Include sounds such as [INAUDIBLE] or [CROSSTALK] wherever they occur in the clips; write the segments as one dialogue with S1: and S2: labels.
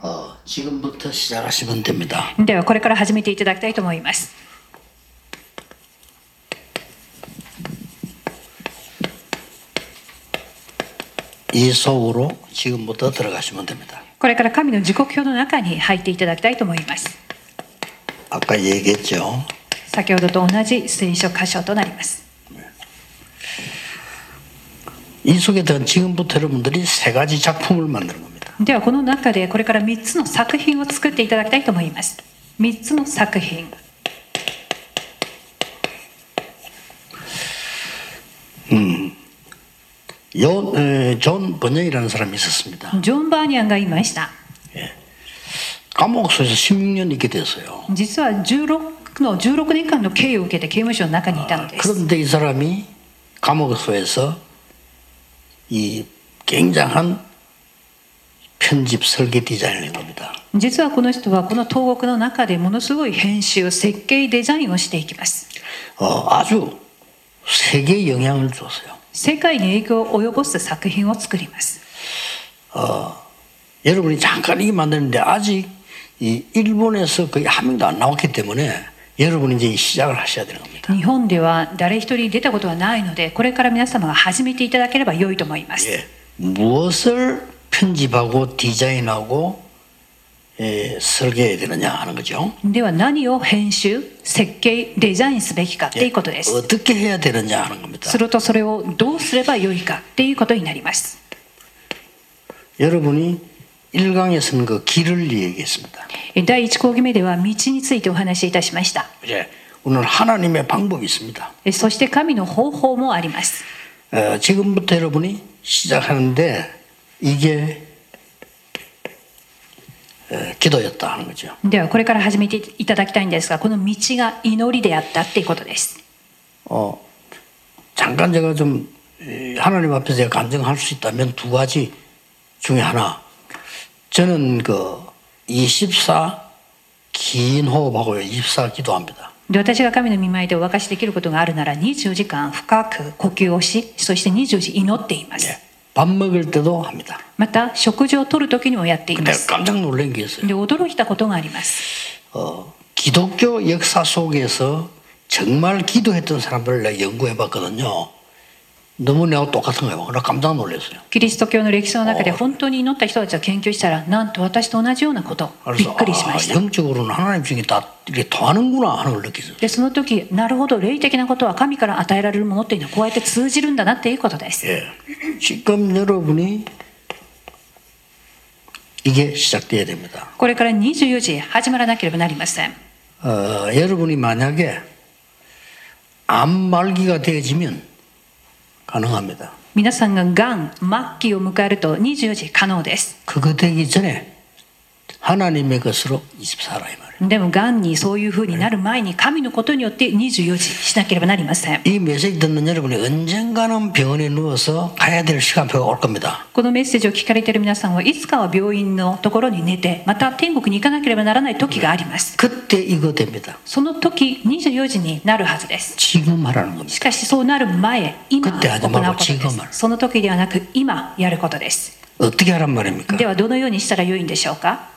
S1: 어, 지금부터 시작하시면 됩니다.
S2: ではこれから始めていただきたいと思います。
S1: 이 속으로 지금부터 들어가시면 됩니다.
S2: これから神の時刻表の中に入っていただきたいと思います。
S1: 아까 얘기했죠.
S2: 先ほどと同じ聖書箇所となります。
S1: 이 속에 들은 지금부터 여러분들이 세 가지 작품을 만드는 겁니다.
S2: ではこの中でこれから3つの作品を作っていただきたいと思います。3つの作品。
S1: 요, 에, 존 번영이라는 사람이 있었습니다.
S2: ジョン・バーニャンがいました。
S1: 감옥소에서 16년 있게 됐어요.
S2: 実は16の16年間の刑を受けて刑務所の中にいたのです。
S1: 그런데 이 사람이 감옥소에서 이 굉장한 편집 설계 디자인을 한 겁니다.
S2: 実はこの人はこの投獄の中でものすごい編集、設計、デザインをしていきます。
S1: 어, 아주 세계에 영향을 줬어요.
S2: 世界に影響を及ぼす作品を作ります。
S1: 여러분이 잠깐 이게 만드는데 아직 이 일본에서 거의 한 명도 안 나왔기 때문에 여러분이 이제 시작을 하셔야 되는 겁니다.
S2: 日本では誰一人出たことはないのでこれから皆様が始めていただければ良いと思います、
S1: 예. 무엇을 편집하고 디자인하고 예, 설계해야 되느냐 하는 거죠.
S2: では何を編集設計デザインすべきかっていうことです、
S1: 예. 어떻게 해야 되느냐 하는 겁니다.
S2: するとそれをどうすれば良いかっていうことになります
S1: 여러분이 1강에서는 그 길을 얘기했습니다.
S2: え第1講義目では道についてお話しいたしました
S1: 예. 오늘 하나님의 방법이 있습니다.
S2: えそして神の方法もあります
S1: 어, 지금부터 여러분이 시작하는데 이게 어, 기도였다 하는 거죠.
S2: ではこれから始めていただきたいんですがこの道が祈りであったっていうことです
S1: 어, 잠깐 제가 좀 에, 하나님 앞에서 제가 간증할 수 있다면 두 가지 중에 하나. 저는 그24 긴 호흡하고요. 24 기도합니다.
S2: で私が神の見舞いでお沸かしできることがあるなら24時間深く呼吸をしそして24時祈っています、
S1: 예. 밥 먹을 때도 합니다.
S2: また食事をとる時にもやっていま
S1: 근데
S2: す
S1: 깜짝 놀란 게 있어요.
S2: で驚いたことがあります
S1: 어, 기독교 역사 속에서 정말 기도했던 사람들을 내가 연구해 봤거든요. 너무 내하고 똑같은 거예요. 그래서 깜짝 놀랐어요.
S2: キリスト教の歴史の中で本当に祈った人たちを研究したらなんと私と同じようなことび
S1: 그래서
S2: っくりしまし
S1: 아,
S2: た
S1: 영적으로는 하나님 중에 다 이렇게 통하는구나 하는 걸 느꼈어요.
S2: でその時なるほど霊的なことは神から与えられるものっていうのはこうやって通じるんだなっていうことです
S1: 예. 지금 여러분이 이게 시작돼야 됩니다.
S2: これから24時始まらなければなりません
S1: 어, 여러분이 만약에 암 말기가 되어지면 가능합니다.
S2: 皆さんががん末期を迎えると24時可能です
S1: 그거 되기 전에 하나님의 것으로 24라 이 말이에요.
S2: でもがんにそういうふうになる前に神のことによって24時しなければなりません
S1: 이 메시지 듣는 여러분이 언젠가는 병원에 누워서 가야 될 시간표가 올 겁니다.
S2: このメッセージを聞かれている皆さんはいつかは病院のところに寝てまた天国に行かなければならない時があります
S1: 그때 이거 됩니다.
S2: その時24時になるはずです
S1: 지금 하라는 겁니다.
S2: しかしそうなる前今
S1: 食って始
S2: 行う
S1: まる
S2: ことで
S1: 違うもの
S2: すその時ではなく今やることです
S1: 어떻게 하란 말입니까?
S2: ではどのようにしたらよいんでしょうか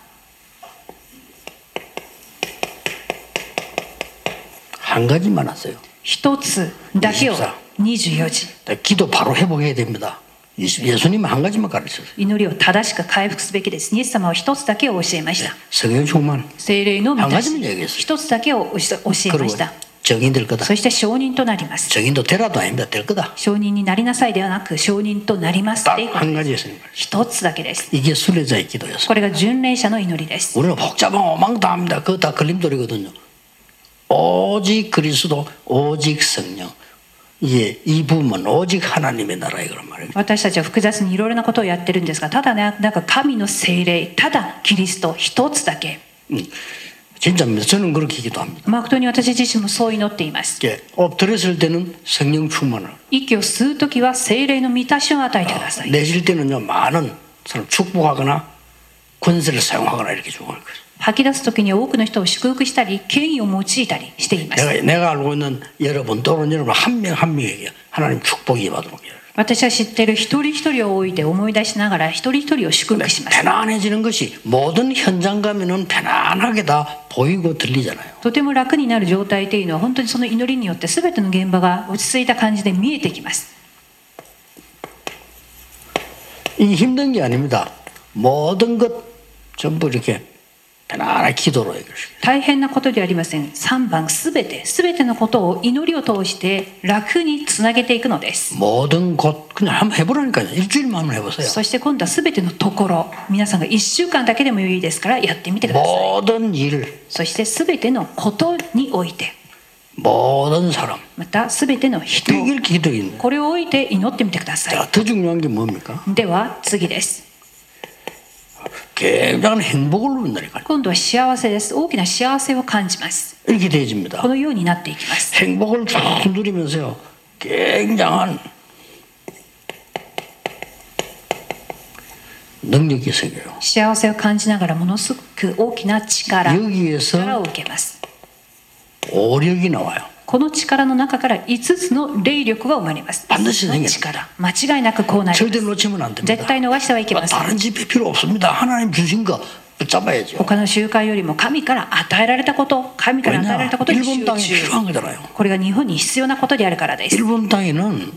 S1: 한 가지만 하세요.
S2: 一つだけを
S1: 24
S2: 24時
S1: 기도 바로 회복해야 됩니다. 예수- 예수님은 한 가지만 가르쳤어요.
S2: 祈りを正しく回復すべきですイエス様は一つだけを教えました
S1: 성령 충만.
S2: 精霊の満たし
S1: あ同じもんやけど
S2: 一つだけを教えま
S1: 그리고
S2: した
S1: 정인 될 거다.
S2: そして証人となります
S1: 정인도 되라도 아닙니다. 될 거다.
S2: 証人になりなさいではなく証人となりますっていう
S1: 딱
S2: こと
S1: 한 가지 예수님 말씀.
S2: 一つだけです
S1: 이게 순례자의 기도였어요.
S2: これが巡礼者の祈りです
S1: 우리는 복잡하고 망다합니다. 그거 다 걸림돌이거든요. 오직 그리스도, 오직 성령. 이게 이 부분은 오직 하나님의 나라에 그런 말입니다.
S2: 私たちは複雑にいろいろなことをやってるんですがただねなんか神の精霊ただキリスト一つだけ
S1: 음, 진짜입니다. 저는 그렇게 기도합니다.
S2: マクトに私自身もそう祈っています
S1: 이게 엎드렸을 때는 성령 충만을,
S2: 息を吸う時は精霊の満たしを与えてください
S1: 내쉴 때는요 많은 사람 축복하거나 권세를 사용하거나 이렇게 주고 있는 거예요.
S2: 吐き出す時に多くの人を祝福したり権威を用いたりしています
S1: 내가, 내가 알고 있는 여러분 또는 여러분 한 명 한 명에게 하나님 축복이 받도록 해요.
S2: 私は知ってる一人一人を置いて思い出しながら一人一人を祝福します
S1: 편안해지는 것이 모든 현장 가면은 편안하게 다 보이고 들리잖아요.
S2: とても楽になる状態というのは本当にその祈りによって全ての現場が落ち着いた感じで見えてきます
S1: 이 힘든 게 아닙니다. 모든 것 전부 이렇게 편안하게 기도로 해결시켜요.
S2: 大変なことではありません3番全て全てのことを祈りを通して楽につなげていくのです
S1: 모든 곳 그냥 한번 해보라니까요. 일주일만 한번 해보세요.
S2: そして今度は全てのところ皆さんが1週間だけでもいいですからやってみてください
S1: 모든 일,
S2: そして全てのことにおいて
S1: 모든 사람
S2: また全ての人
S1: 이렇게 기도인.
S2: これを置いて祈ってみてくださ
S1: 자, 더 중요한 게 뭡니까?
S2: いでは次です
S1: 굉장한 행복을 누린다니까요.
S2: 今度は幸せです大きな幸せを感じます
S1: 이렇게 되어집니다.
S2: このようになっていきます
S1: 행복을 쭉 누리면서요. 굉장한 능력이 생겨요.
S2: 幸せを感じながらものすごく大きな力
S1: 여기에서
S2: 力を受けます
S1: 오력이 나와요.
S2: この力の中から5つの霊力が生まれます
S1: 반드시생깁니다
S2: 力間違いなくこうなりま
S1: 절대
S2: す
S1: 놓치면 안
S2: 絶
S1: 됩니다.
S2: 対逃してはいけません
S1: 다른 집이 필요 없습니다. 하나님 주신 거 붙잡아야죠.
S2: 他の集会よりも神から与えられたこと神から与えられ
S1: 왜냐?
S2: たことに集
S1: 일본
S2: 中
S1: 땅이 필요한 거잖아요.
S2: これが日本に必要なことであるからです
S1: 일본 땅에는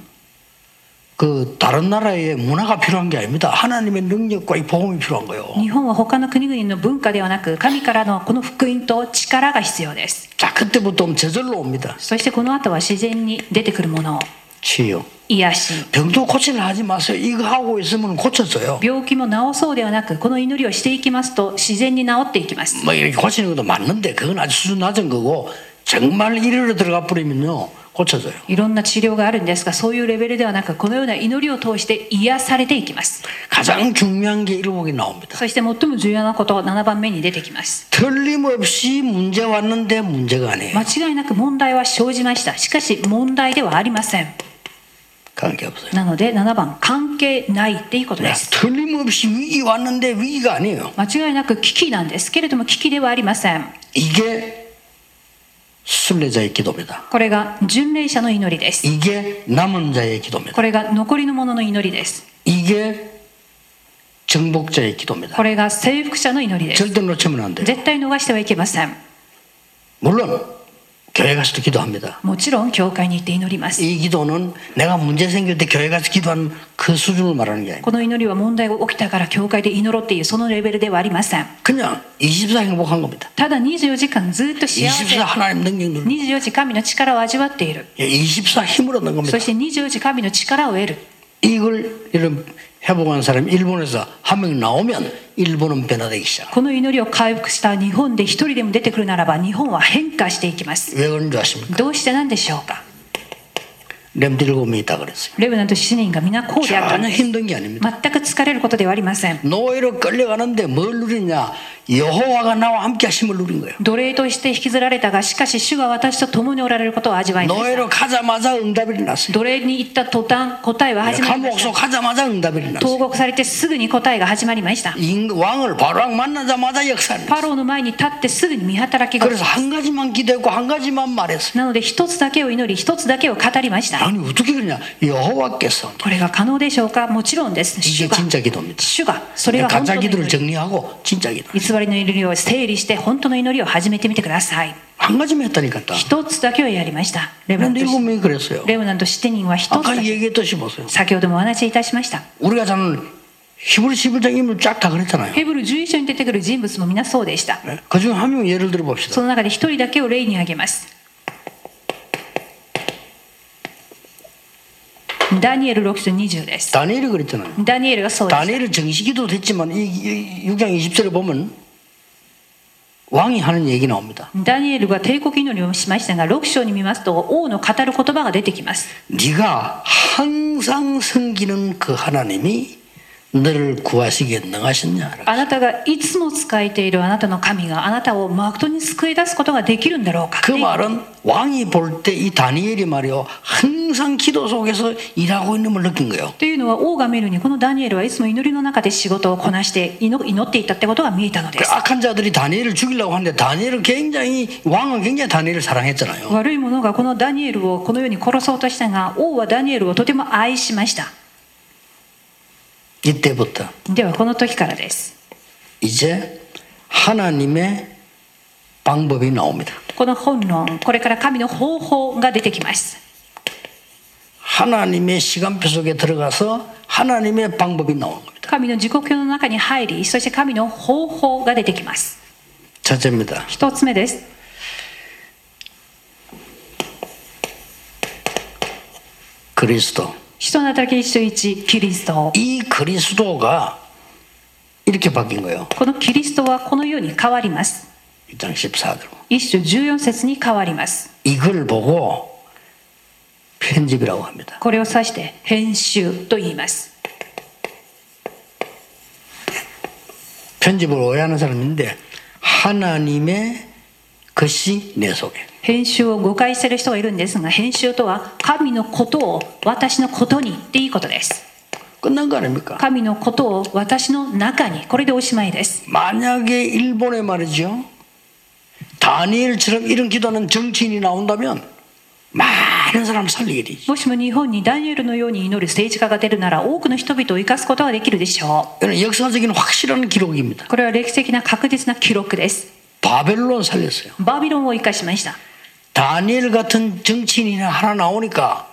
S1: 그 다른 나라의 문화가 필요한 게 아닙니다. 하나님의 능력과 이 복음이 필요한 거예요.
S2: 日本は他の国々の文化ではなく神からのこの福音と力が必要です
S1: 자, 그때부터 오면 저절로 옵니다.
S2: そしてこの後は自然に出てくるものを
S1: 치유.
S2: 癒し
S1: 병도 고치려 하지 마세요. 이거 하고 있으면 고쳐져요.
S2: 病気も治そうではなくこの祈りをしていきますと自然に治っていきます
S1: 뭐 이렇게 고치는 것도 맞는데 그건 아주 수준 낮은 거고 정말 이리로 들어가 버리면요 고쳐져요.
S2: いろんな治療があるんですがそういうレベルではなくこのような祈りを通して癒されていきます
S1: 가장 중요한 게 일복이 나옵니다.
S2: そして最も重要なこと7番目に出てきます
S1: 틀림없이 문제 왔는데 문제가 아니에요.
S2: 間違いなく問題は生じましたしかし問題ではありません
S1: 관계 없어요.
S2: なので7番関係ないっていうことで
S1: 네,
S2: す
S1: 틀림없이 위기 왔는데 위기가 아니에요.
S2: 間違いなく危機なんですけれども危機ではありません
S1: 이게 순례자의 기도입니다.
S2: これが巡礼者の祈りです。
S1: 이게 남은 자의 기도입니다.
S2: これが残りの者の祈りです。
S1: 이게 정복자의 기도입니다.
S2: これが征服者の祈りです。
S1: 절대 놓치면 안 돼요.
S2: 絶対逃してはいけません。
S1: 물론 교회 가서도 기도합니다.
S2: もちろん教会に行って祈ります。
S1: 이 기도는 내가 문제 생길 때 교회 가서 기도하는 그 수준을 말하는 게 아닙니다.
S2: この祈りは問題が起きたから教会で祈ろうっていうそのレベルではありません。
S1: 그냥 24 행복한 겁니다.
S2: ただ24時間ずっと幸せ
S1: 24 하나님 능력 누르고
S2: 24時神の力を味わっている
S1: 예, 24 힘을 얻는
S2: そ
S1: 겁니다.
S2: して24時神の力を得る
S1: 이걸 이런 회복한 사람이 일본에서 한 명 나오면 일본은 변화되기 시작.
S2: この祈りを回復した日本で一人でも出てくるならば日本は変化していきます
S1: 왜 그런 줄 아십니까?
S2: どうしてなんでしょうか
S1: 렘들곰이 있다 그랬어요.
S2: レブナント7人が皆こうであったん
S1: 전혀
S2: です
S1: 힘든 게 아닙니다.
S2: 全く疲れることではありません
S1: 노예로 끌려가는데 뭘 누리냐? 여호와가 나와 함께 하심을 누린 거예요.
S2: 奴隷として引きずられたがしかし主が私と共におられることを味わいました
S1: 노예로 가자마자 응답이 일어났어요.
S2: 奴隷に行った途端答えは始まりま
S1: 감옥소
S2: した
S1: 가자마자 응답이
S2: [LAUGHS] 投
S1: 일어났어요.
S2: 獄されてすぐに答えが始まりました
S1: 인- 왕을 바로왕 만나자마자 역사를
S2: パローの前に立ってすぐに見働きが
S1: 그래서 한 가지만 기도했고 한 가지만 말했어요.
S2: なので一つだけを祈り一つだけを語りました
S1: 아니 어떻게 그러냐? 여호와께서
S2: これが可能でしょうかもちろんです主
S1: 이게
S2: が
S1: 진짜 기도입니다.
S2: 主がそれが本当
S1: 가짜
S2: の祈
S1: 기도를
S2: り
S1: 정리하고 진짜 기도.
S2: 偽りの祈りを整理して本当の祈りを始めてみてください
S1: 한 가지만 했다니까 딱.
S2: 一つだけをやりましたレブナン
S1: 그런데
S2: ト
S1: 일곱
S2: 7
S1: 명이 네, 그랬어요.
S2: レブナント7人は一つだ
S1: 아까
S2: け
S1: 얘기했듯이 보세요.
S2: 先ほどもお話しいたしました
S1: 우리가 저는 히브리 11장 인물 쫙 다 그랬잖아요.
S2: ヘブル11章に出てくる人物も皆そうでした
S1: 그 중에 한 명 예를 들어 봅시다.
S2: その中で一人だけを例に挙げますダニエル6章20です。
S1: 다니엘이 그랬잖아요.
S2: ダニエルがそうです。
S1: 다니엘은 정식기도 됐지만 이, 이 6장 20절에 보면 왕이 하는 얘기 나옵니다.
S2: ダニエルが帝国祈りをしましたが、6章に見ますと、王の語る言葉が出てきます。
S1: 네가 항상 섬기는 그 하나님이 너를 구하시기에 능하셨냐?
S2: あなたがいつも使えているあなたの神があなたをまことに救い出すことができるんだろうか
S1: 그 말은 왕이 볼 때 이 다니엘이 말이요 항상 기도 속에서 일하고 있는 걸 느낀 거예요.
S2: というのは王が見るにこのダニエルはいつも祈りの中で仕事をこなして祈祈っていたってことが見えたので
S1: 그
S2: す
S1: 악한 자들이 다니엘을 죽이려고 하는데 다니엘은 굉장히 왕은 굉장히 다니엘을 사랑했잖아요.
S2: 悪い者がこのダニエルをこの世に殺そうとしたが王はダニエルをとても愛しました
S1: 이때부터
S2: ではこの時からです
S1: 이제 하나님의 방법이 나옵니다.
S2: この本論これから神の方法が出てきます
S1: 하나님의 시간표 속에 들어가서 하나님의 방법이 나오는 겁니다.
S2: 神の時刻表の中に入りそして神の方法が出てきます
S1: 첫째입니다.
S2: 一つ目です
S1: 그리스도.
S2: 人の働き一緒一キリスト
S1: 이 그리스도가 이렇게 바뀐 거예요.
S2: このキリストはこのように変わります
S1: 1장 14절.
S2: 一章14節に変わります
S1: 이걸 보고 편집이라고 합니다.
S2: これを指して編集と言います
S1: 편집을 오해하는 사람인데 하나님의 것이 내 속에.
S2: 編集を誤解してる人がいるんですが編集とは神のことを私のことにっていいことです
S1: 끝난 거 아닙니까?
S2: 神のことを私の中にこれでおしまいです
S1: 만약에 일본에 말이죠. 다니엘처럼 이런 기도하는 정치인이 나온다면 많은 사람 살릴 일이지.
S2: もしも日本にダニエルのように祈る政治家が出るなら多くの人々を生かすことができるでしょ
S1: 이는 역사적인 확실한 기록입니다.
S2: うこれは歴史的な確実な記録です
S1: 바벨론 살렸어요.
S2: バビロンを生かしました
S1: 다니엘 같은 정치인이 하나 나오니까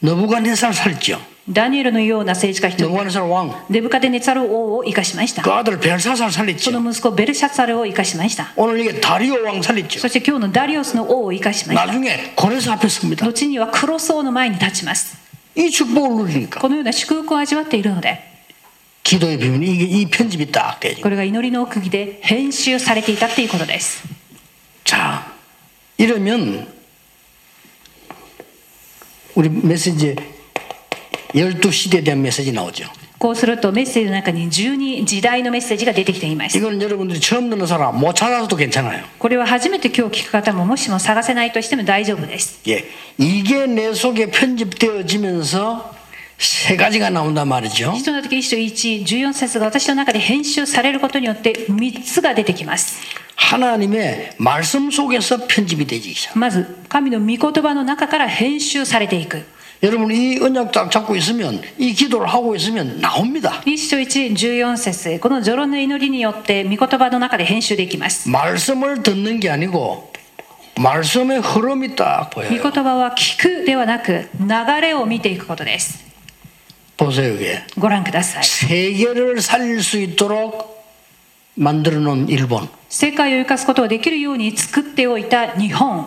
S1: 너부갓네살 살죠.
S2: ダニエルのような政治家一人
S1: 너부갓네살 왕.
S2: デブカデネツァル王を生かしました
S1: 그 아들 벨사살
S2: そ
S1: 살렸죠.
S2: の息子ベルシャツァルを生かしました。
S1: 오늘 이게 다리오 왕 살렸죠.
S2: そして今日のダリオスの王を生かしました。
S1: 나중에 고레스 앞에 섭니다.
S2: 後にはクロス王の前に立ちます。
S1: 이 축복을 누리니까
S2: このような祝福を味わっているので、
S1: 기도의 비밀이 이게 이 편집이 딱 되죠.
S2: これが祈りの奥義で編集されていたっていうことです。
S1: 자, 이러면 우리 메시지에 12시대에 대한 메시지 나오죠.
S2: こうするとメッセージの中に12時代のメッセージが出てきています。
S1: 이건 여러분들이 처음 듣는 사람 못 찾아서도 괜찮아요.
S2: これは初めて今日聞く方ももしも探せないとしても大丈夫です。
S1: 예, 이게 내 속에 편집되어지면서 세 가지가 나온단 말이죠.
S2: 人の時一章1、14節が私の中で編集されることによって3つが出てきます。
S1: 하나님의 말씀 속에서 편집이 되기 시작.
S2: まず、神の御言葉の中から編集されていく。
S1: 여러분 이 언약 딱 잡고 있으면 이 기도를 하고 있으면 나옵니다.
S2: 一章一14節この序論の祈りによって御言葉の中で編集できます。
S1: 말씀을 듣는 게 아니고 말씀의 흐름이 딱
S2: 御
S1: 보여요.
S2: 言葉は聞くではなく流れを見ていくことです。
S1: 보세요 이게
S2: ご覧ください。
S1: 세계를 살릴 수 있도록 만들어 놓은 일본
S2: 世界を生かすことができるように作っておいた日本。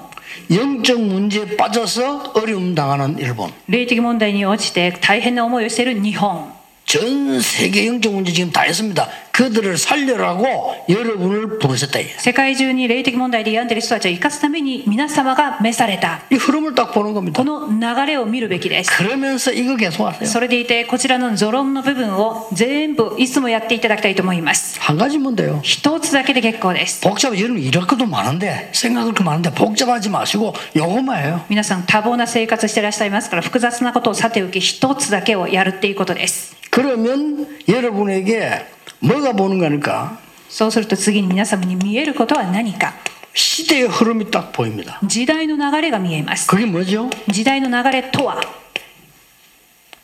S1: 영적 문제에 빠져서 어려움 당하는 일본
S2: 霊的問題に落ちて大変な思いをしている日本。
S1: 전 세계 영적 문제 지금 다 했습니다. 그들을 살려라고 여러분을 부르셨다 이게.
S2: 世界中に霊的問題で病んでいる人たちを生かすために皆様が召された。
S1: 이 흐름을 딱 보는 겁니다.
S2: この流れを見るべきです。
S1: 그러면서 이거 계속하세요.
S2: それでいて、こちらの序論の部分を全部いつもやっていただきたいと思います。
S1: 한 가지면 돼요.
S2: 一つだけで結構です。
S1: 복잡 여러분 이럴 것도 많은데 생각할 것도 많은데 복잡하지 마시고 요것만 해요.
S2: 皆さん多忙な生活してらっしゃいますから複雑なことをさておき一つだけをやるっていうことです
S1: 그러면 여러분에게 뭐가 보는 거니까
S2: そうすると次に皆様に見えることは何か
S1: 시대의 흐름이 딱 보입니다.
S2: 時代の流れが見えます
S1: 그게 뭐죠?
S2: 時代の流れとは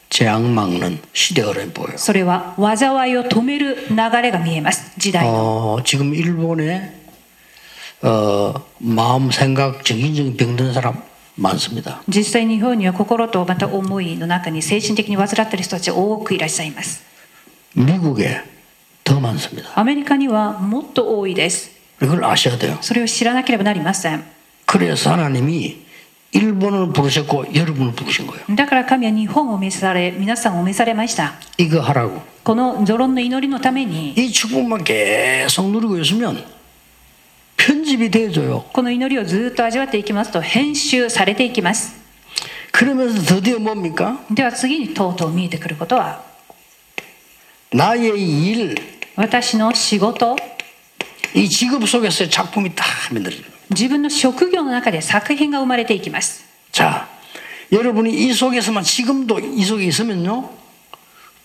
S1: 재앙 막는 시대 흐름이 보여요.
S2: それは災いを止める流れが見えます時代の
S1: 어, 지금 일본에 어, 마음, 생각, 정신적인 병든 사람 많습니다.
S2: 実際に日本には心とまた思いの中に精神的に患っている人たち多くいらっしゃいます
S1: 미국에 더 많습니다.
S2: アメリカにはもっと多いです
S1: 이걸 아셔야 돼요.
S2: それを知らなければなりません
S1: 그래서 하나님이 일본을 부르셨고 여러분을 부르신 거예요.
S2: だから神は日本を召され皆さんを召されました
S1: 이거 하라고.
S2: この序論の祈りのために
S1: 이 축복만 계속 누리고 있으면 편집이 돼줘요.
S2: この祈りをずっと味わっていきますと編集されていきます
S1: 그러면서 드디어 뭡니까?
S2: では次にとうとう見えてくることは
S1: 나의 일,
S2: 私の仕事
S1: 이 직업 속에서 작품이 다 만들어져요.
S2: 自分の職業の中で作品が生まれていきます
S1: 자, 여러분이 이 속에서만 지금도 이 속에 있으면요.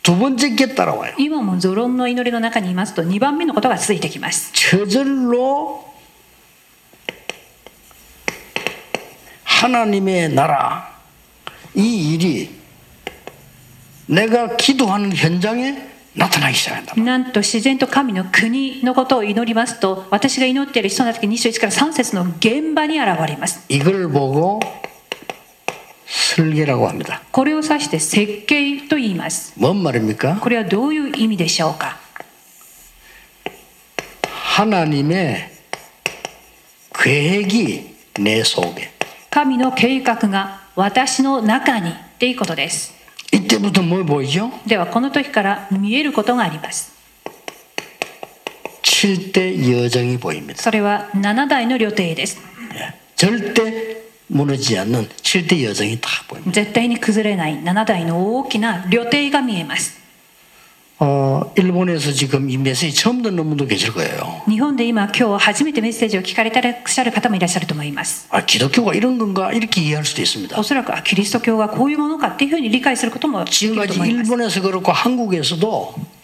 S1: 두 번째 게 따라와요.
S2: 今もゾロンの祈りの中にいますと2番目のことが続いてきます
S1: 저절로 하나님의 나라 이 일이 내가 기도하는 현장에 나타나기 시작한다.
S2: なんと自然と神の国のことを祈りますと私が祈っている人の時21から3節の現場に現れます
S1: 이걸 보고 설계라고 합니다.
S2: これを指して設計と言います
S1: 뭔 말입니까?
S2: これはどういう意味でしょうか
S1: 하나님의 계획이 내 속에
S2: 神の計画が私の中にっていうことです
S1: 이때부터 뭐 보이죠?
S2: ではこの時から見えることがあります
S1: 칠대 여정이 보입니다.
S2: それは7代の旅程です
S1: 예. 절대 무너지지 않는 칠대 여정이 다 보입니다.
S2: 絶対に崩れない7代の大きな旅程が見えます
S1: 어, 일본에서 지금 이 메시지 처음 듣는 분도 계실 거예요.
S2: 日本で今今日初めてメッセージを聞かれてらっしゃる方もいらっしゃると思います
S1: 아, 기독교가 이런 건가? 이렇게 이해할 수도
S2: お
S1: 있습니다.
S2: そらくあキリスト教がこういうものかっていうふうに理解することもできると
S1: 지금까지
S2: 思います
S1: 일본에서 그렇고 한국에서도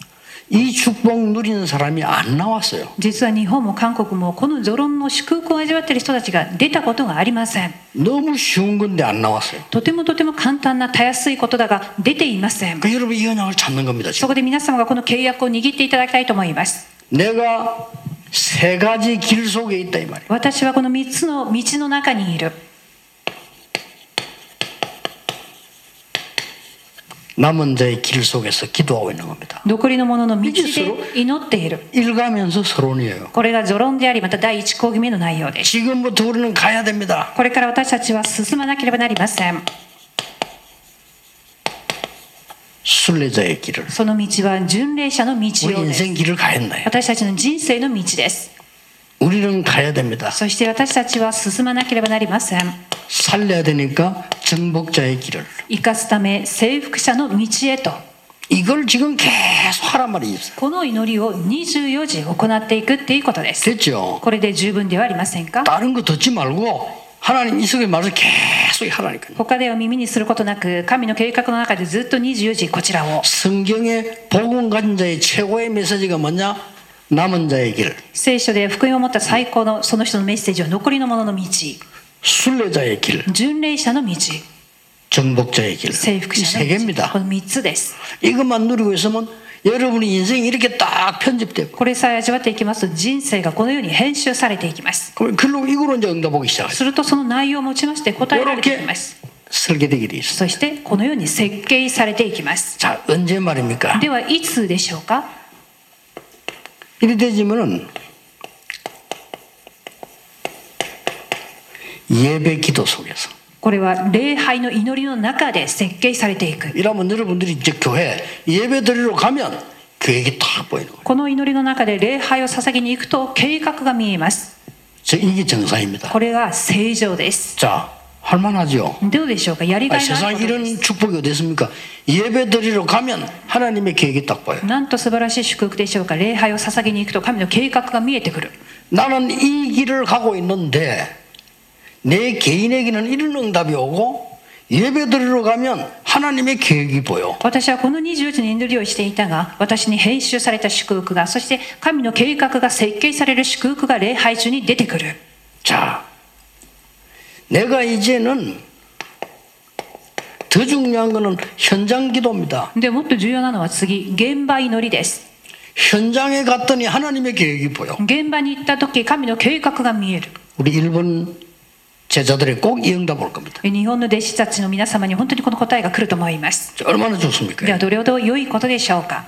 S1: 이 축복 누리는 사람이 안 나왔어요.
S2: 実は日本も韓国もこのゾロンの祝福を味わっている人たちが出たことがありません
S1: 너무 쉬운 건데 안 나왔어요.
S2: とてもとても簡単なたやすいことだが出ていません
S1: 그 여러분 이 언약을 찾는 겁니다.
S2: そ
S1: 지금.
S2: こで皆様がこの契約を握っていただきたいと思います
S1: 내가 세 가지 길 속에 있다 이 말이에요.
S2: 私はこの3つの道の中にいる
S1: 남은 자의 길 속에서 기도하고 있는 겁니다.
S2: 残りのものの道
S1: いいですよ
S2: で祈っている
S1: 일가면서 서론이에요.
S2: これがゾロンでありまた第1講義目の内容です
S1: 지금부터 우리는 가야 됩니다.
S2: これから私たちは進まなければなりません
S1: 순례자의 길을
S2: その道は巡礼者の道
S1: 우리
S2: をです
S1: 인생 길을 가야 했나요?
S2: 私たちの人生の道です
S1: 우리는 가야 됩니다.
S2: そして私たちは進まなければなりません
S1: 살려야 되니까 정복자의 길을
S2: 生かすため征服者の道へと
S1: 이걸 지금 계속 하란 말이 있어요.
S2: この祈りを24時行っていくっていうことです
S1: 됐죠?
S2: これで十分ではありませんか
S1: 다른 거 듣지 말고 하나님 이 속에 말을 계속 하라니까요.
S2: 他では耳にすることなく神の計画の中でずっと24時こちらを
S1: 성경의 복음 가진 자의 최고의 메시지가 뭐냐? 남은 자의 길,
S2: 聖書で福音を持った最高のその人のメッセージは残りの者の道
S1: 순례자의 길,
S2: 巡礼者の道
S1: 정복자의 길.
S2: 征服者
S1: 세
S2: の道
S1: 개입니다.
S2: この3つです
S1: 이것만 누리고 있으면 여러분의 인생이 이렇게 딱 편집되고
S2: これさえ味わっていきますと人生がこのように編集されていきます
S1: 그럼 글로 이걸로 이제 응답하기 시작해요.
S2: するとその内容をもちまして答えられていきま
S1: 이렇게
S2: す
S1: 설계되게 돼 있어요.
S2: そしてこのように設計されていきます
S1: 자, 언제 말입니까?
S2: ではいつでしょうか
S1: 이래 되지면은 예배 기도 속에서
S2: これは礼拝の祈りの中で設計されていく
S1: 이러면 여러분들이 이제 교회 예배 드리러 가면 계획이 딱 보이는 거예요.
S2: この祈りの中で礼拝を捧げに行くと計画が見えます
S1: 저 이게 정상입니다.
S2: これが正常です
S1: 자, 할만하죠.
S2: どうでしょうかやりが
S1: 아니,
S2: いのあ
S1: 세상
S2: ることです
S1: 이런 축복이 어디 있습니까? 예배 드리러 가면 하나님의 계획이 딱 보여요.
S2: なんと素晴らしい祝福でしょうか礼拝を捧げに行くと神の計画が見えてくる
S1: 나는 이 길을 가고 있는데 내 개인에게는 이런 응답이 오고 예배 드리러 가면 하나님의 계획이 보여.
S2: 私はこの24時に祈りをしていたが私に編集された祝福がそして神の計画が設計される祝福が礼拝中に出てくる
S1: 자, 내가 이제는 더 중요한 거는 현장 기도입니다.
S2: でもっと重要なのは次現場祈りです
S1: 현장에 갔더니 하나님의 계획이 보여.
S2: 現場に行った時神の計画が見える
S1: 우리 일본 제자들이 꼭 이 응답 올 겁니다.
S2: 日本の弟子たちの皆様に本当にこの答えが来ると思います
S1: 자, 얼마나
S2: で
S1: 좋습니까?
S2: はどれほど良いことでしょうか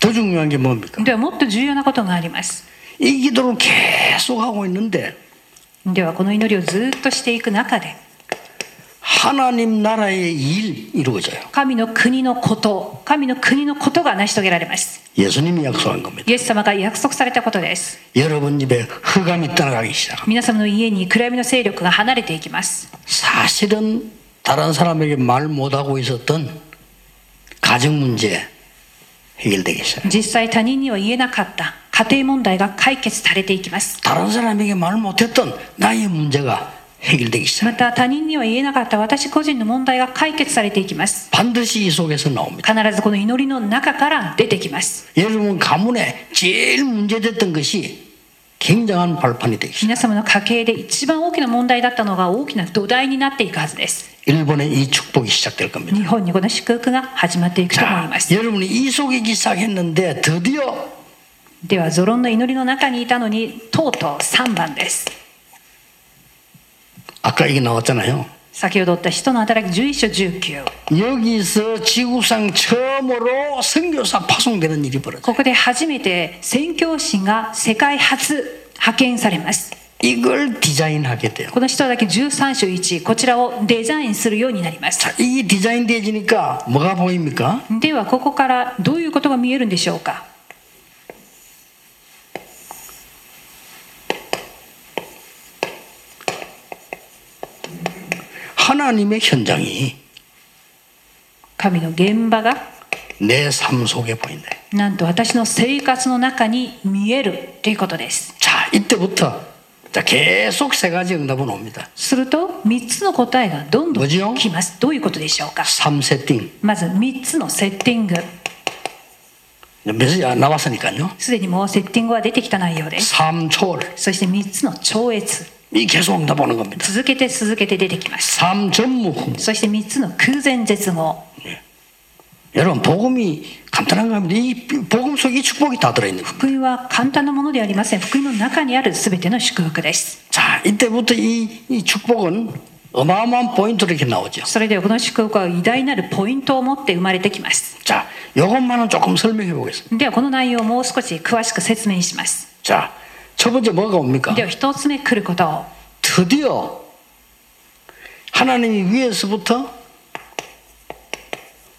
S1: 더 중요한 게 뭡니까?
S2: ではもっと重要なことがあります
S1: 이 기도를 계속 하고 있는데
S2: ではこの祈りをずっとしていく中で
S1: 하나님 나라의 일 이루어져요.
S2: 神の国のこと神の国のことが成し遂げられます
S1: 예수님이 약속한 겁니다.
S2: イエス様が約束されたことです
S1: 여러분 입에 흑암이 떠나가기 시작합니다.
S2: 皆様の家に暗闇の勢力が離れていきます
S1: 사실은 다른 사람에게 말 못하고 있었던 가정 문제 해결되겠어요.
S2: 実際他人には言えなかった家庭問題が解決されていきます
S1: 다른 사람에게 말을 못했던 나의 문제가 해결되기 시작.
S2: また他人には言えなかった私個人の問題が解決されていきます
S1: 반드시 이 속에서 나옵니다.
S2: 必ずこの祈りの中から出てきます
S1: 여러분 가문에 제일 문제됐던 것이 굉장한 발판이 되겠습니다.
S2: 皆様の家計で一番大きな問題だったのが大きな土台になっていくはずです
S1: 일본의 이 축복이 시작될 겁니다.
S2: 日本にこの祝福が始まっていくと思い
S1: 자,
S2: ます
S1: 여러분이 이 속이기 시작했는데 드디어
S2: ではゾロンの祈りの中にいたのにとうとう3番です
S1: 아까 이게 나왔잖아요.
S2: 先ほど言った人の働き11章19
S1: 여기서 지구상 처음으로 선교사 파송되는 일이 벌어져.
S2: ここで初めて宣教師が世界初派遣されます
S1: 이걸 디자인하게 돼요.
S2: この人だけ13章1こちらをデザインするようになります
S1: 이게 디자인되지니까 뭐가 보입니까?
S2: ではここからどういうことが見えるんでしょうか
S1: 하나님의 현장이
S2: 神の現場が
S1: 내 삶 속에 보인다.
S2: なんと私の生活の中に見えるということです
S1: 자, 이때부터 자, 계속 세 가지 응답은 옵니다.
S2: すると3つの答えがどんど
S1: もちろん
S2: んきますどういうことでしょうか
S1: 삶 세팅.
S2: まず3つのセッティング
S1: 몇이 안 나왔으니까요.
S2: すでにもうセッティングは出てきた内容です
S1: 삶 초월.
S2: そして3つの超越
S1: 이 계속 응답 오는 겁니다.
S2: 続けて続けて出てきます
S1: 삶 전무.
S2: そして3つの空前絶後
S1: 여러분, 복음이 간단한 겁니다. 이 복음 속에 이 축복이 다 들어있는 겁니다.
S2: 福音は簡単なものではありません福音の中にある全ての祝福です
S1: 자, 이때부터 이, 이 축복은 어마어마한 포인트로 이렇게 나오죠.
S2: それではこの祝福は偉大なるポイントを持って生まれてきます
S1: 자, 요것만은 조금 설명해 보겠습니다.
S2: ではこの内容をもう少し詳しく説明します
S1: 자, 첫 번째 뭐가 옵니까?
S2: では1つ目来ることを
S1: 드디어 하나님이 위에서부터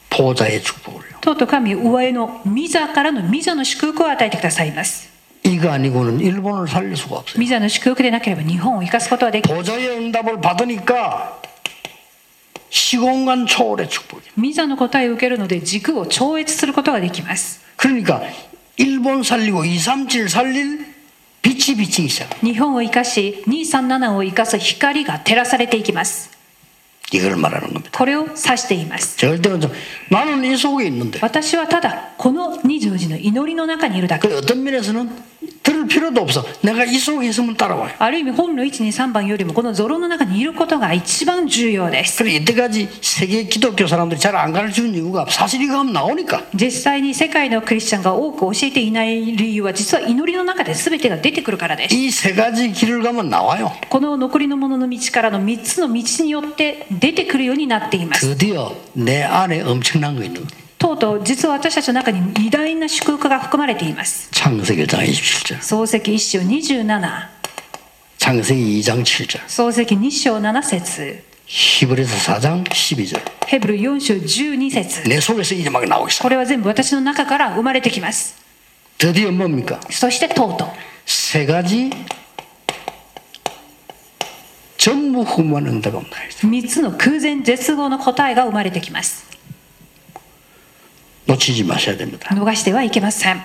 S1: 보좌의 축복을요.
S2: とうとう神上の御座からの御座の祝福を与えてくださいます。
S1: 이거 아니고는 일본을 살릴 수가 없어요.
S2: 御座の祝福でなければ日本を生かすことはできない。
S1: 보좌의 응답을 받으니까 시공간 초월의 축복이에요.
S2: 御座の答えを受けるので軸を超越することができます。
S1: 그러니까 일본 살리고 237 살릴 빛이 비치기 시작.
S2: 日本を生かし、237を生かす光が照らされていきます。
S1: 이걸 말하는 겁니다.
S2: これを指しています。
S1: 절대는 좀 나는 이 속에 있는데
S2: 私はただこの二条寺の祈りの中にいるだけ。
S1: 그 어떤 면에서는 들을 필요도 없어. 내가 이 속에 있으면 따라와요.
S2: ある意味本の123番よりもこのゾロの中にいることが一番重要です。
S1: 그래 이때까지 세계 기독교 사람들이 잘 안 가르치는 이유가 사실 이거 하면 나오니까
S2: 実際に世界のクリスチャンが多く教えていない理由は実は祈りの中で全てが出てくるからです。
S1: 이 세 가지 길을 가면 나와요.
S2: この残りのものの道からの3つの道によって出てくるようになっています
S1: 드디어 내 안에 엄청난 거 있는 거예요.
S2: とうとう実は私たちの中に偉大な祝福が含まれています
S1: 창세기 1장 27절,
S2: 創世記1章27
S1: 창세기 2장 7절,
S2: 創世記2章7節
S1: 히브리서 4장 12절.
S2: ヘブル4章12節
S1: 내 속에서 이제 막 나오기 시작.
S2: これは全部私の中から生まれてきます
S1: 드디어 뭡니까?
S2: そしてとうとう
S1: 세 가지 전부 후무한 응답이 옵니다.
S2: 3つの空前絶後の答えが生まれてきます
S1: 놓치지 마셔야 됩니다.
S2: 逃してはいけません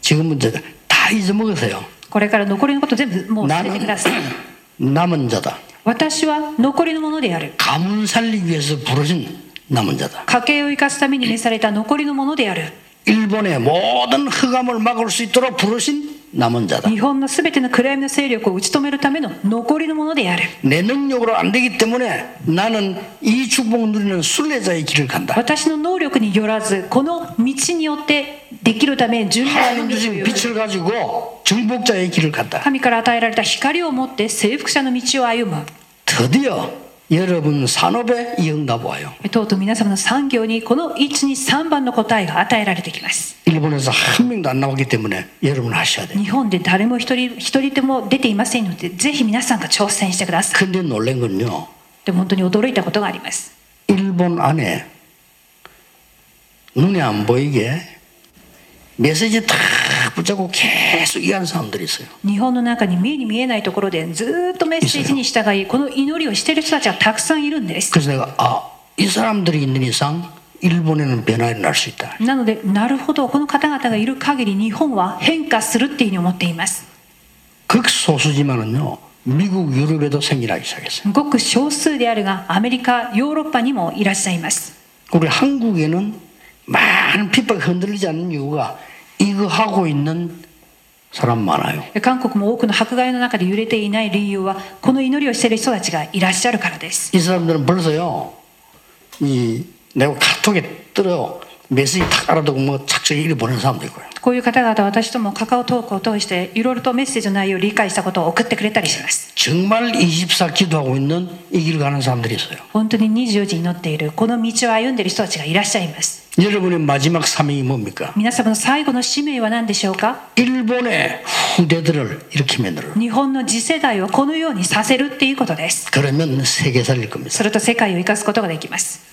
S1: 지금은 이제 다 잊어먹으세요.
S2: これから残りのこと全部もう捨てて
S1: 나는
S2: ください
S1: [CLEARS THROAT] 남은 자다.
S2: 私は残りのものである
S1: 가문 살리기 위해서 부르신 남은 자다.
S2: 家計を生かすために召された残りのものである
S1: 일본의 모든 흑암을 막을 수 있도록 부르신 남은 자다.
S2: 日本のすべての暗闇の勢力を打ち止めるための残りのものである
S1: 내 능력으로 안 되기 때문에 나는 이 축복 누리는 순례자의 길을 간다.
S2: 私の能力によらずこの道によってできるため順番の
S1: 하나님
S2: 道
S1: 주신 빛을 가지고 정복자의 길을 간다.
S2: 神から与えられた光を持って征服者の道を歩む
S1: 드디어 여러분 산업에 이 응답 와요.
S2: とうとう皆様の産業にこの123番の答えが与えられてきます
S1: 일본에서 한 명도 안 나왔기 때문에 여러분 하셔야 돼요.
S2: 日本で誰も一人一人でも出ていませんのでぜひ皆さんが挑戦してください
S1: 근데 놀란 건요.
S2: でも本当に驚いたことがあります
S1: 일본 안에 눈에 안 보이게 메시지 탁 붙잡고 계속 이해하는 사람들이 있어요.
S2: 日本の中に見えに見えないところでずーっとメッセージに従いこの祈りをしている人たちがたくさんいるんです
S1: 그래서 내가 아, 이 사람들이 있는 이상 일본에는 변화를 날 수 있다.
S2: なのでなるほどこの方々がいる限り日本は変化するっていうふうに思っています
S1: 극 소수지만은요 미국 유럽에도 생기나기 시작했어요.
S2: ごく少数であるがアメリカヨーロッパにもいらっしゃいます
S1: 우리 한국에는 많은 핍박이 흔들리지 않는 이유가 이거 하고 있는 사람 많아요.
S2: 韓国も多くの迫害の中で揺れていない理由はこの祈りをしている人たちがいらっしゃるからです
S1: 이 사람들은 벌써요 이 내가 카톡에 뜨려 메시지 탁 알아두고 뭐 작정이 이리 보내는 사람도 있고요.
S2: こういう方々は私ともカカオトークを通していろいろとメッセージの内容を理解したことを送ってくれたりします
S1: 정말 24 기도하고 있는 이 길을 가는 사람들이 있어요.
S2: 本当に24時に祈っているこの道を歩んでいる人たちがいらっしゃいます
S1: 여러분의 마지막 사명이 뭡니까?
S2: 皆様の最後の使命は何でしょうか
S1: 일본의 후대들을 이렇게 만들어요.
S2: 日本の次世代をこのようにさせるっていうことです
S1: 그러면 세계 살릴 겁니다.
S2: すると世界を生かすことができます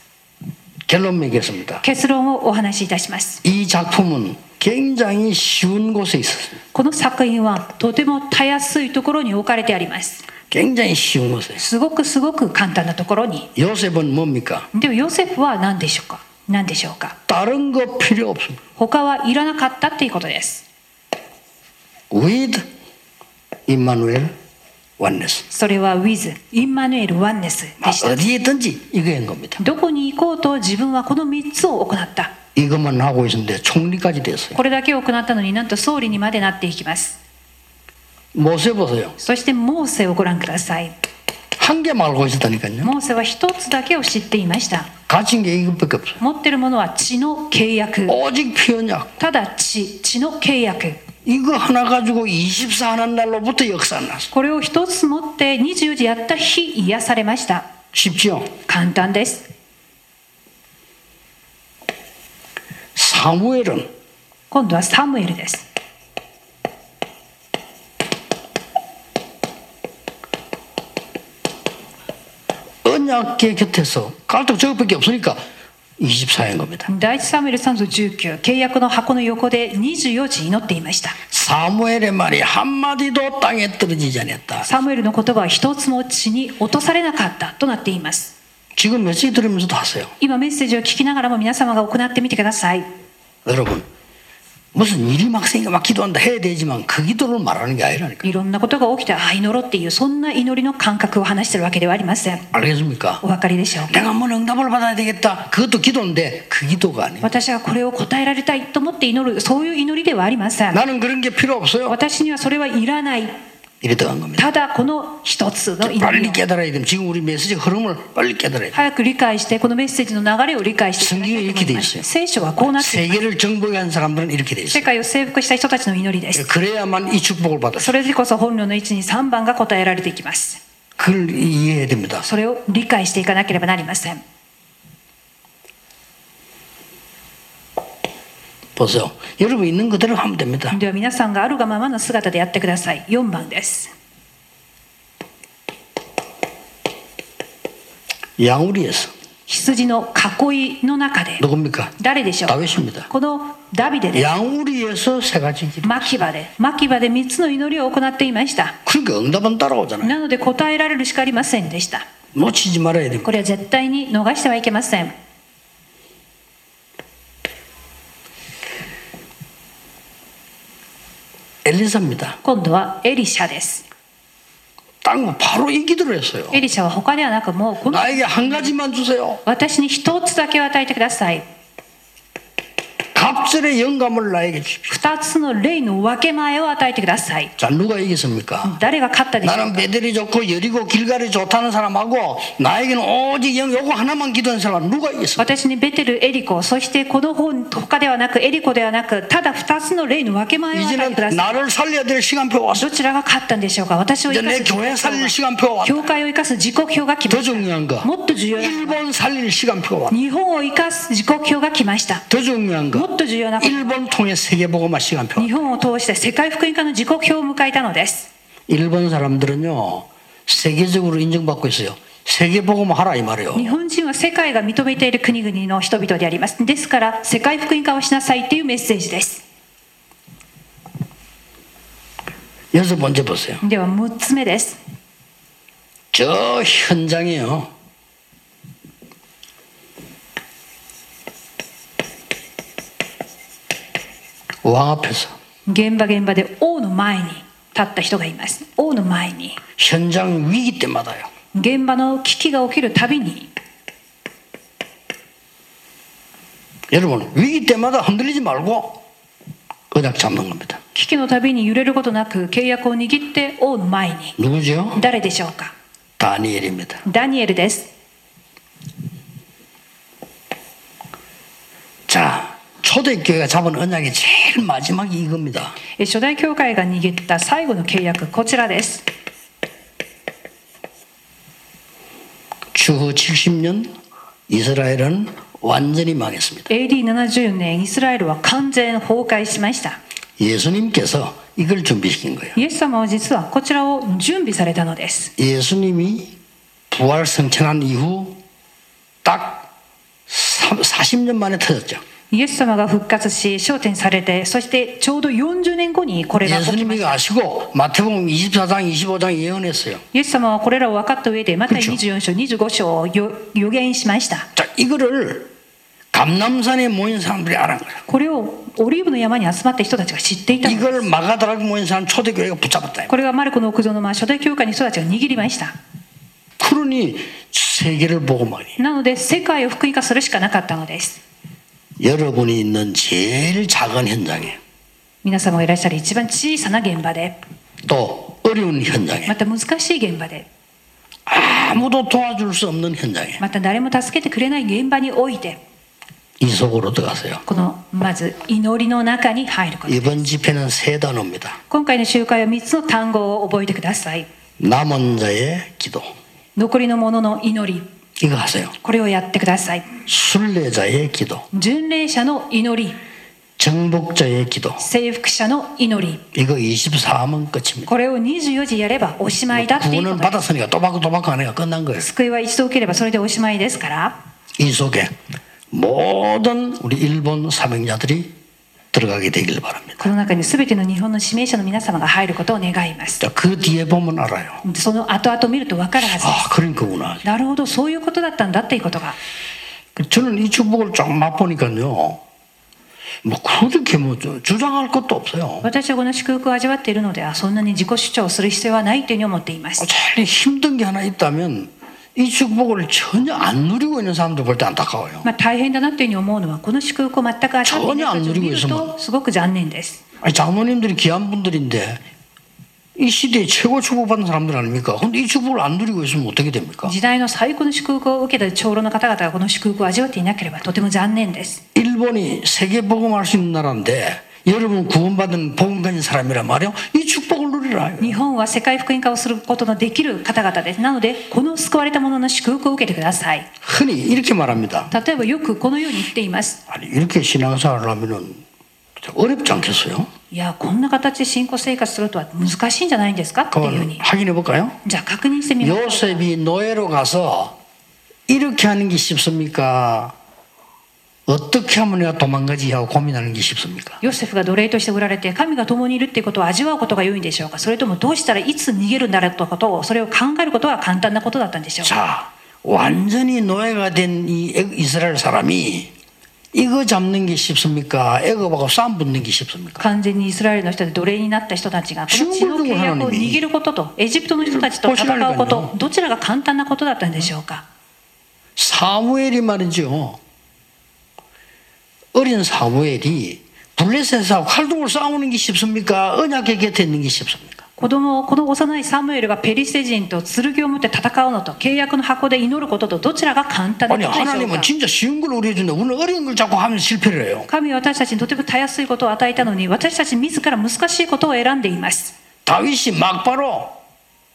S1: 결론 맺겠습니다.
S2: 結論をお話しいたします
S1: 이 작품은 굉장히 쉬운 곳에 있었어요.
S2: この作品はとてもたやすいところに置かれてあります
S1: 굉장히 쉬운 곳에.
S2: すごくすごく簡単なところに
S1: 요셉은 뭡니까?
S2: でもヨセフは何でしょうか何でしょうか
S1: 다른 거 필요 없습니다.
S2: 他はいらなかったっていうことです
S1: With Emmanuel Oneness.
S2: それは with インマヌエル・ワンネスで
S1: 아,
S2: した
S1: 어디에든지 이거인 겁니다.
S2: どこに行こうと自分はこの3つを行った
S1: 이것만 하고 있었는데 총리까지 됐어요.
S2: これだけを行ったのになんと総理にまでなっていきます
S1: 모세 보세요.
S2: そしてモーセをご覧ください
S1: 한 개 말고 있었다니까요.
S2: モーセは一つだけを知っていました
S1: 가진 게 이것밖에 없어요.
S2: 持ってるものは血の契約
S1: 오직 피언약.
S2: ただ血血の契約
S1: 이거 하나 가지고 24하는 날로부터 역사 났어.
S2: これを一つ持って24時やった日癒されました
S1: 쉽지요?
S2: 簡単です
S1: 사무엘은
S2: 今度はサムエルです。
S1: 언약계 곁에서 갈등 저것밖에 없으니까 24인 겁니다.
S2: 第一サムエル3の19、契約の箱の横で24時祈っていました。
S1: 사무엘의 말이 한마디도 땅에 떨어지지 않았다.
S2: サムエルの言葉は一つも血に落とされなかったとなっています。
S1: 지금 메시지 들으면서도 하세요.
S2: 今メッセージを聞きながらも皆様が行ってみてください。
S1: 여러분 무슨 일이 막 생겨 막 기도한다 해야 되지만 그 기도를 말하는 게 아니라니까.
S2: いろんなことが起きて、ああ、祈ろうっていう、そんな祈りの感覚を話してるわけではありません。
S1: 알겠습니까?
S2: お分かりでしょうか
S1: 내가 뭐 응답을 받아야 되겠다. 그것도 기도인데 그 기도가 아니에요.
S2: 私がこれを答えられたいと思って祈る、そういう祈りではありません。
S1: 나는 그런 게 필요 없어요.
S2: 私にはそれはいらない。
S1: 이랬다 간 겁니다.
S2: ただ、この一つの祈り
S1: 빨리
S2: を
S1: 깨달아야 됩니다. 지금 우리 메시지 흐름을 빨리 깨달아야 돼요.
S2: 早く理解してこのメッセージの流れを理解していただきたいと思います聖書はこうなっています
S1: 세계를 정복한 해 사람들은 이렇게 돼 있어요.
S2: 世界を征服した人たちの祈りです
S1: 그래야만 이 축복을 받을 수 있어요.
S2: それでこそ本領の位置に3番が答えられていきます
S1: 그걸 이해해야 됩니다.
S2: それを理解していかなければなりません
S1: 보세요. 여러분 있는 그대로 하면 됩니다.
S2: では皆さんがあるがままの姿でやってください4番です
S1: 양우리에서
S2: 羊の囲いの中で
S1: 누굽니까?
S2: 誰でしょう
S1: 다윗입니다.
S2: このダビデです
S1: 양우리에서 세 가지 기도.
S2: 牧場で牧場で3つの祈りを行っていました
S1: 그러니까 응답은 따라오잖아요.
S2: なので答えられるしかありませんでした
S1: 놓치지 말아야 됩니다.
S2: これは絶対に逃してはいけません
S1: 엘리사입니다.
S2: 今度はエリシャです
S1: 땅 바로 이 기도를 했어요.
S2: エリシャは他ではなくもうこの
S1: 나에게 한 가지만 주세요.
S2: 私に一つだけを与えてください
S1: 갑절의 영감을 나에게 주십시오.
S2: 二つの霊の分け前を与えてください
S1: 자 누가 이겼습니까?
S2: 誰が勝ったでしょう
S1: 나는 베들이 좋고 여리고 길갈이 좋다는 사람하고 나에게는 오직 영 요거 하나만 기도한 사람 누가 있어?
S2: 私にベテルエリコそしてこの本他ではなくエリコではなくただ二つの霊の分け前を与えてくだ
S1: 이제는
S2: さい
S1: 나를 살려야 될 시간표 왔어.
S2: どちらが勝ったんでしょうか私を
S1: 이제
S2: 生か
S1: 내
S2: す
S1: 교회 살릴 시간표 왔어.
S2: 教会を生かす自己表が来ま
S1: 더
S2: し
S1: 중요한
S2: た
S1: 거.
S2: もっと重要な
S1: 일본 살릴 시간표가 왔어.
S2: 日本を生かす自己表が来ました
S1: 더 중요한
S2: も
S1: 거
S2: っと重要な
S1: 일본 통해 세계보고만 시간표.
S2: 日本を通して世界福音化の自己表を迎えたのです
S1: 일본 사람들은요 세계적으로 인정받고 있어요. 세계보고만 하라 이 말이요.
S2: 日本人は世界が認めている国々の人々でありますですから世界福音化をしなさいっていうメッセージです
S1: 여섯 번째 보세요.
S2: では6つ目です
S1: 저 현장이요. 왕 앞에서
S2: 現場現場で王の前に立った人がいます王の前に
S1: 현장 위기 때마다요.
S2: 現場の危機が起きるたびに
S1: 여러분 위기 때마다 흔들리지 말고 언약 잡는 겁니다.
S2: 危機のたびに揺れることなく契約を握って王の前に
S1: 누구죠?
S2: 誰でしょうか
S1: 다니엘입니다.
S2: ダニエルです
S1: 자 초대교회가 잡은 언약이 제일 마지막이 이겁니다.
S2: え初代教会が握った最後の契約こちらです
S1: 추후 70년 이스라엘은 완전히 망했습니다.
S2: AD70 年イスラエルは完全崩壊しました
S1: 예수님께서 이걸 준비시킨 거예요.
S2: イエス様は実はこちらを準備されたのです
S1: 예수님이 부활 성천한 이후 딱 40년 만에 터졌죠.
S2: イエス様が復活し昇天されてそしてちょうど40年後にこれが起きま
S1: 예수님이
S2: した
S1: 아시고 마태복음 24장 25장 예언했어요. イ
S2: イエス様はこれらを分かった上でまた
S1: 그렇죠
S2: 24章25章を予予言しました
S1: 자 이거를 감남산에 모인 사람들이 알은 거예요.
S2: これをオリーブの山に集まった人たちが知っていたの
S1: 이걸 마가다라고 모인 사람 초대교회가 붙잡았다.
S2: これがマルコの屋上のまあ初代教会の人たちが握りました
S1: 그러니 세계를 보고 말이
S2: なので世界を福音化するしかなかったのです
S1: 여러분이 있는 제일 작은 현장에
S2: 皆様がいらっしゃる一番小さな現場で
S1: 또 어려운 현장에
S2: また難しい現場で
S1: 아무도 도와줄 수 없는 현장에
S2: また誰も助けてくれない現場において
S1: 이 속으로 들어가세요.
S2: このまず祈りの中に入ること
S1: 이번 집회는 세 단어입니다.
S2: 今回の集会は3つの単語を覚えてください
S1: 남은 자의 기도.
S2: 残りのものの祈り
S1: 이거 하세요.
S2: これをやってください
S1: 순례자의 기도.
S2: 巡礼者の祈り
S1: 정복자의 기도.
S2: 征服者の祈り
S1: 이거 24문 끝입니다.
S2: これを24時やればおしまいだっていうこ
S1: 구원은
S2: とです
S1: 받았으니까 또박또박 안 해가 끝난 거예요.
S2: 救いは一度受ければそれでおしまいですから
S1: 이 속에 모든 우리 일본 사명자들이 들어가게 되길 바랍니다.
S2: この中に全ての日本の指名者の皆様が入ることを願います
S1: 자, 그 뒤에 보면 알아요.
S2: その後々見ると分かるはずです
S1: 아, 그런 거구나.
S2: なるほどそういうことだったんだっていうことが
S1: 저는 이 축복을 쫙 맛보니까요. 뭐 그렇게 뭐 주- 주장할 것도 없어요.
S2: 私はこの祝福を味わっているのではそんなに自己主張をする必要はないというふうに思っています
S1: 제일 힘든 게 하나 있다면 이 축복을 전혀 안 누리고 있는 사람들 볼 때 안타까워요.
S2: まあ大変だなというふうに思うのはこの祝福を全く味わっていない人たちを見
S1: 전혀안누리고
S2: る
S1: 있으면
S2: とすごく残念です
S1: 아니, 장로님들이 귀한 분들인데 이 시대에 최고 축복받는 사람들 아닙니까? 근데 이 축복을 안 누리고 있으면 어떻게 됩니까?
S2: 時代の最高の祝福を受けた長老の方々がこの祝福を味わっていなければとても残念です
S1: 일본이 세계 복음할 수 있는 나라인데 여러분 구원받은 복음가진 사람이란 말이요. 이 축복을 누리라.
S2: 日本は世界福音化をすることのできる方々ですなのでこの救われた者の祝福を受けてください
S1: 흔히 이렇게 말합니다.
S2: 例えばよくこのように言っています
S1: 아니 이렇게 신앙생활을 하면은 진짜 어렵지 않겠어요?
S2: いやこんな形で信仰生活するとは難しいんじゃないんですかっていうふう
S1: 그건
S2: に
S1: 확인해 볼까요?
S2: じゃあ確認してみましょう
S1: 요셉이 노예로 가서 이렇게 하는 게 쉽습니까? 어떻게 하면 내가 도망가지 하고 고민하는 게 쉽습니까?
S2: ヨセフが奴隷として売られて神が共にいるっていうことを味わうことが良いんでしょうかそれともどうしたらいつ逃げるんだろうということをそれを考えることは簡単なことだったんでしょうか
S1: 자, 완전히 노예가 된 이 이스라엘 사람이 이거 잡는 게 쉽습니까? 애굽하고 싸움 붙는 게 쉽습니까?
S2: 完全にイスラエルの人で奴隷になった人たちがこの血の契約を握ることとエジプトの人たちと戦うことどちらが簡単なことだったんでしょうか
S1: 사무엘이 말이죠. 어린 사무엘이 블레셋하고 칼등으로 싸우는 게 쉽습니까? 언약의 곁에 있는 게 쉽습니까?
S2: 子供をこの幼いサムエルがペリセ人と剣を持って戦うのと契約の箱で祈ることとどちらが簡単な
S1: 아니
S2: ことでしょう
S1: 하나님은
S2: か
S1: 진짜 쉬운 걸 우리 해준다. 우리는 어려운 걸 자꾸 하면 실패를 해요.
S2: 神は私たちにとてもたやすいことを与えたのに私たち自ら難しいことを選んでいます
S1: 다윗이 막바로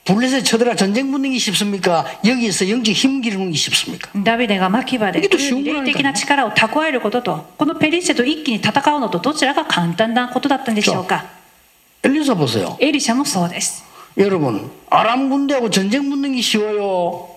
S1: 블레셋 쳐들어 전쟁 붙는 게 쉽습니까? 여기에서 영적 힘 기르는 게 쉽습니까?
S2: ダビデが牧場で
S1: だけどしょうがないから
S2: 霊的な力を蓄えることとこのペリシテと一気に戦うのとどちらが簡単なことだったんでしょうか
S1: 엘리사 보세요.
S2: エリシャもそうです
S1: 여러분 아람 군대하고 전쟁 붙는 게 쉬워요.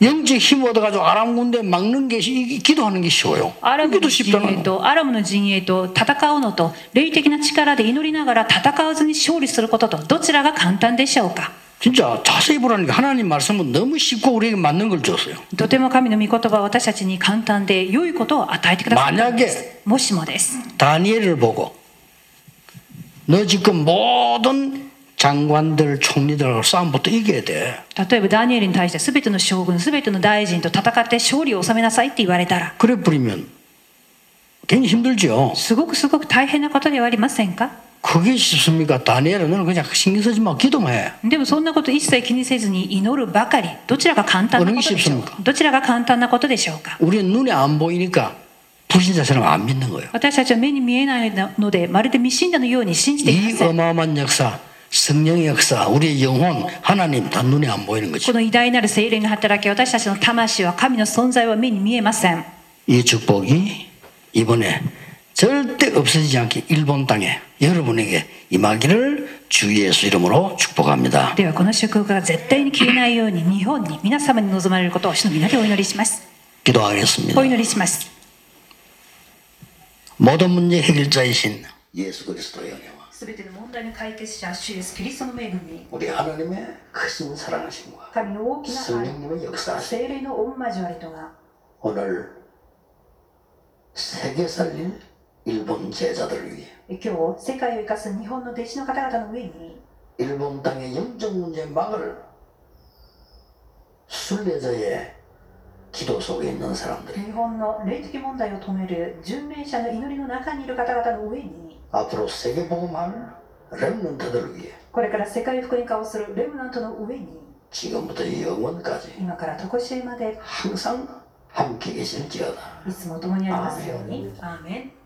S1: 영적 힘 얻어가지고 아람 군대 막는 게 시- 이- 기도하는 게 쉬워요.
S2: アラブ
S1: 기도
S2: の陣営
S1: 쉽잖아요.
S2: とアラブの陣営と戦うのと霊的な力で祈りながら戦わずに勝利することとどちらが簡単でしょうか
S1: 진짜 자세히 보라니까 하나님 말씀은 너무 쉽고 우리에게 맞는 걸 줬어요.
S2: とても神の御言葉は私たちに簡単で良いことを与えてくださったんですもしもです
S1: 다니엘을 보고 너 지금 모든 장관들 총리들하고 싸움부터 이겨야 돼.
S2: 例えばダニエルに対して全ての将軍全ての大臣と戦って勝利を収めなさいって言われたら
S1: 그래 버리면 굉장히 힘들죠.
S2: すごくすごく大変なことではありませんか
S1: 그게 쉽습니까? 다니엘은 너는 그냥 신경 쓰지 마. 기도만 해.
S2: でもそんなこと一切気にせずに祈るばかりどちらが簡単なことでしょう
S1: お願いしま
S2: か
S1: す
S2: どちらが簡単なことでしょうか
S1: 우리 눈에 안 보이니까 불신자처럼 안 믿는 거예요.
S2: 私たちは目に見えないのでまるで未信者のように信じていま
S1: 이
S2: せん
S1: 어마어마한 역사, 성령의 역사, 우리의 영혼, 하나님 다 눈에 안 보이는 거죠.
S2: この偉大なる精霊の働き私たちの魂は神の存在は目に見えません
S1: 이 축복이 이번에 절대 없어지지 않게 일본 땅에 여러분에게 임하기를 주 예수 이름으로 축복합니다.
S2: ではこの祝福が絶対に消えないように日本に皆様に望まれることを主の皆でお祈りします
S1: 기도하겠습니다.
S2: お祈りします
S1: 모든 문제 해결자이신 예수 그리스도의 은혜와
S2: すべての問題の解決者、主イエスキリストの恵み、
S1: 우리 하나님의 크신 사랑하심과
S2: 神の大きな愛、
S1: 성령님의 역사하심
S2: 精霊の御交わりとが、
S1: 오늘 세계 살릴 일본 제자들을 위해
S2: 今日世界を生かす日本の弟子の方々の上に、
S1: 일본 땅의 영적 문제 막을 순례자의 기도 속에 있는 사람들이
S2: 日本の霊的問題を止める巡礼者の祈りの中にいる方々の上に、
S1: 앞으로 세계 복음할 렘넌트들을 위해
S2: これから世界福音化をするレムナントの上に、
S1: 지금부터 영원까지
S2: 今から常しえまで
S1: 항상 함께 계실지어다.
S2: いつも共にありますように。アーメン。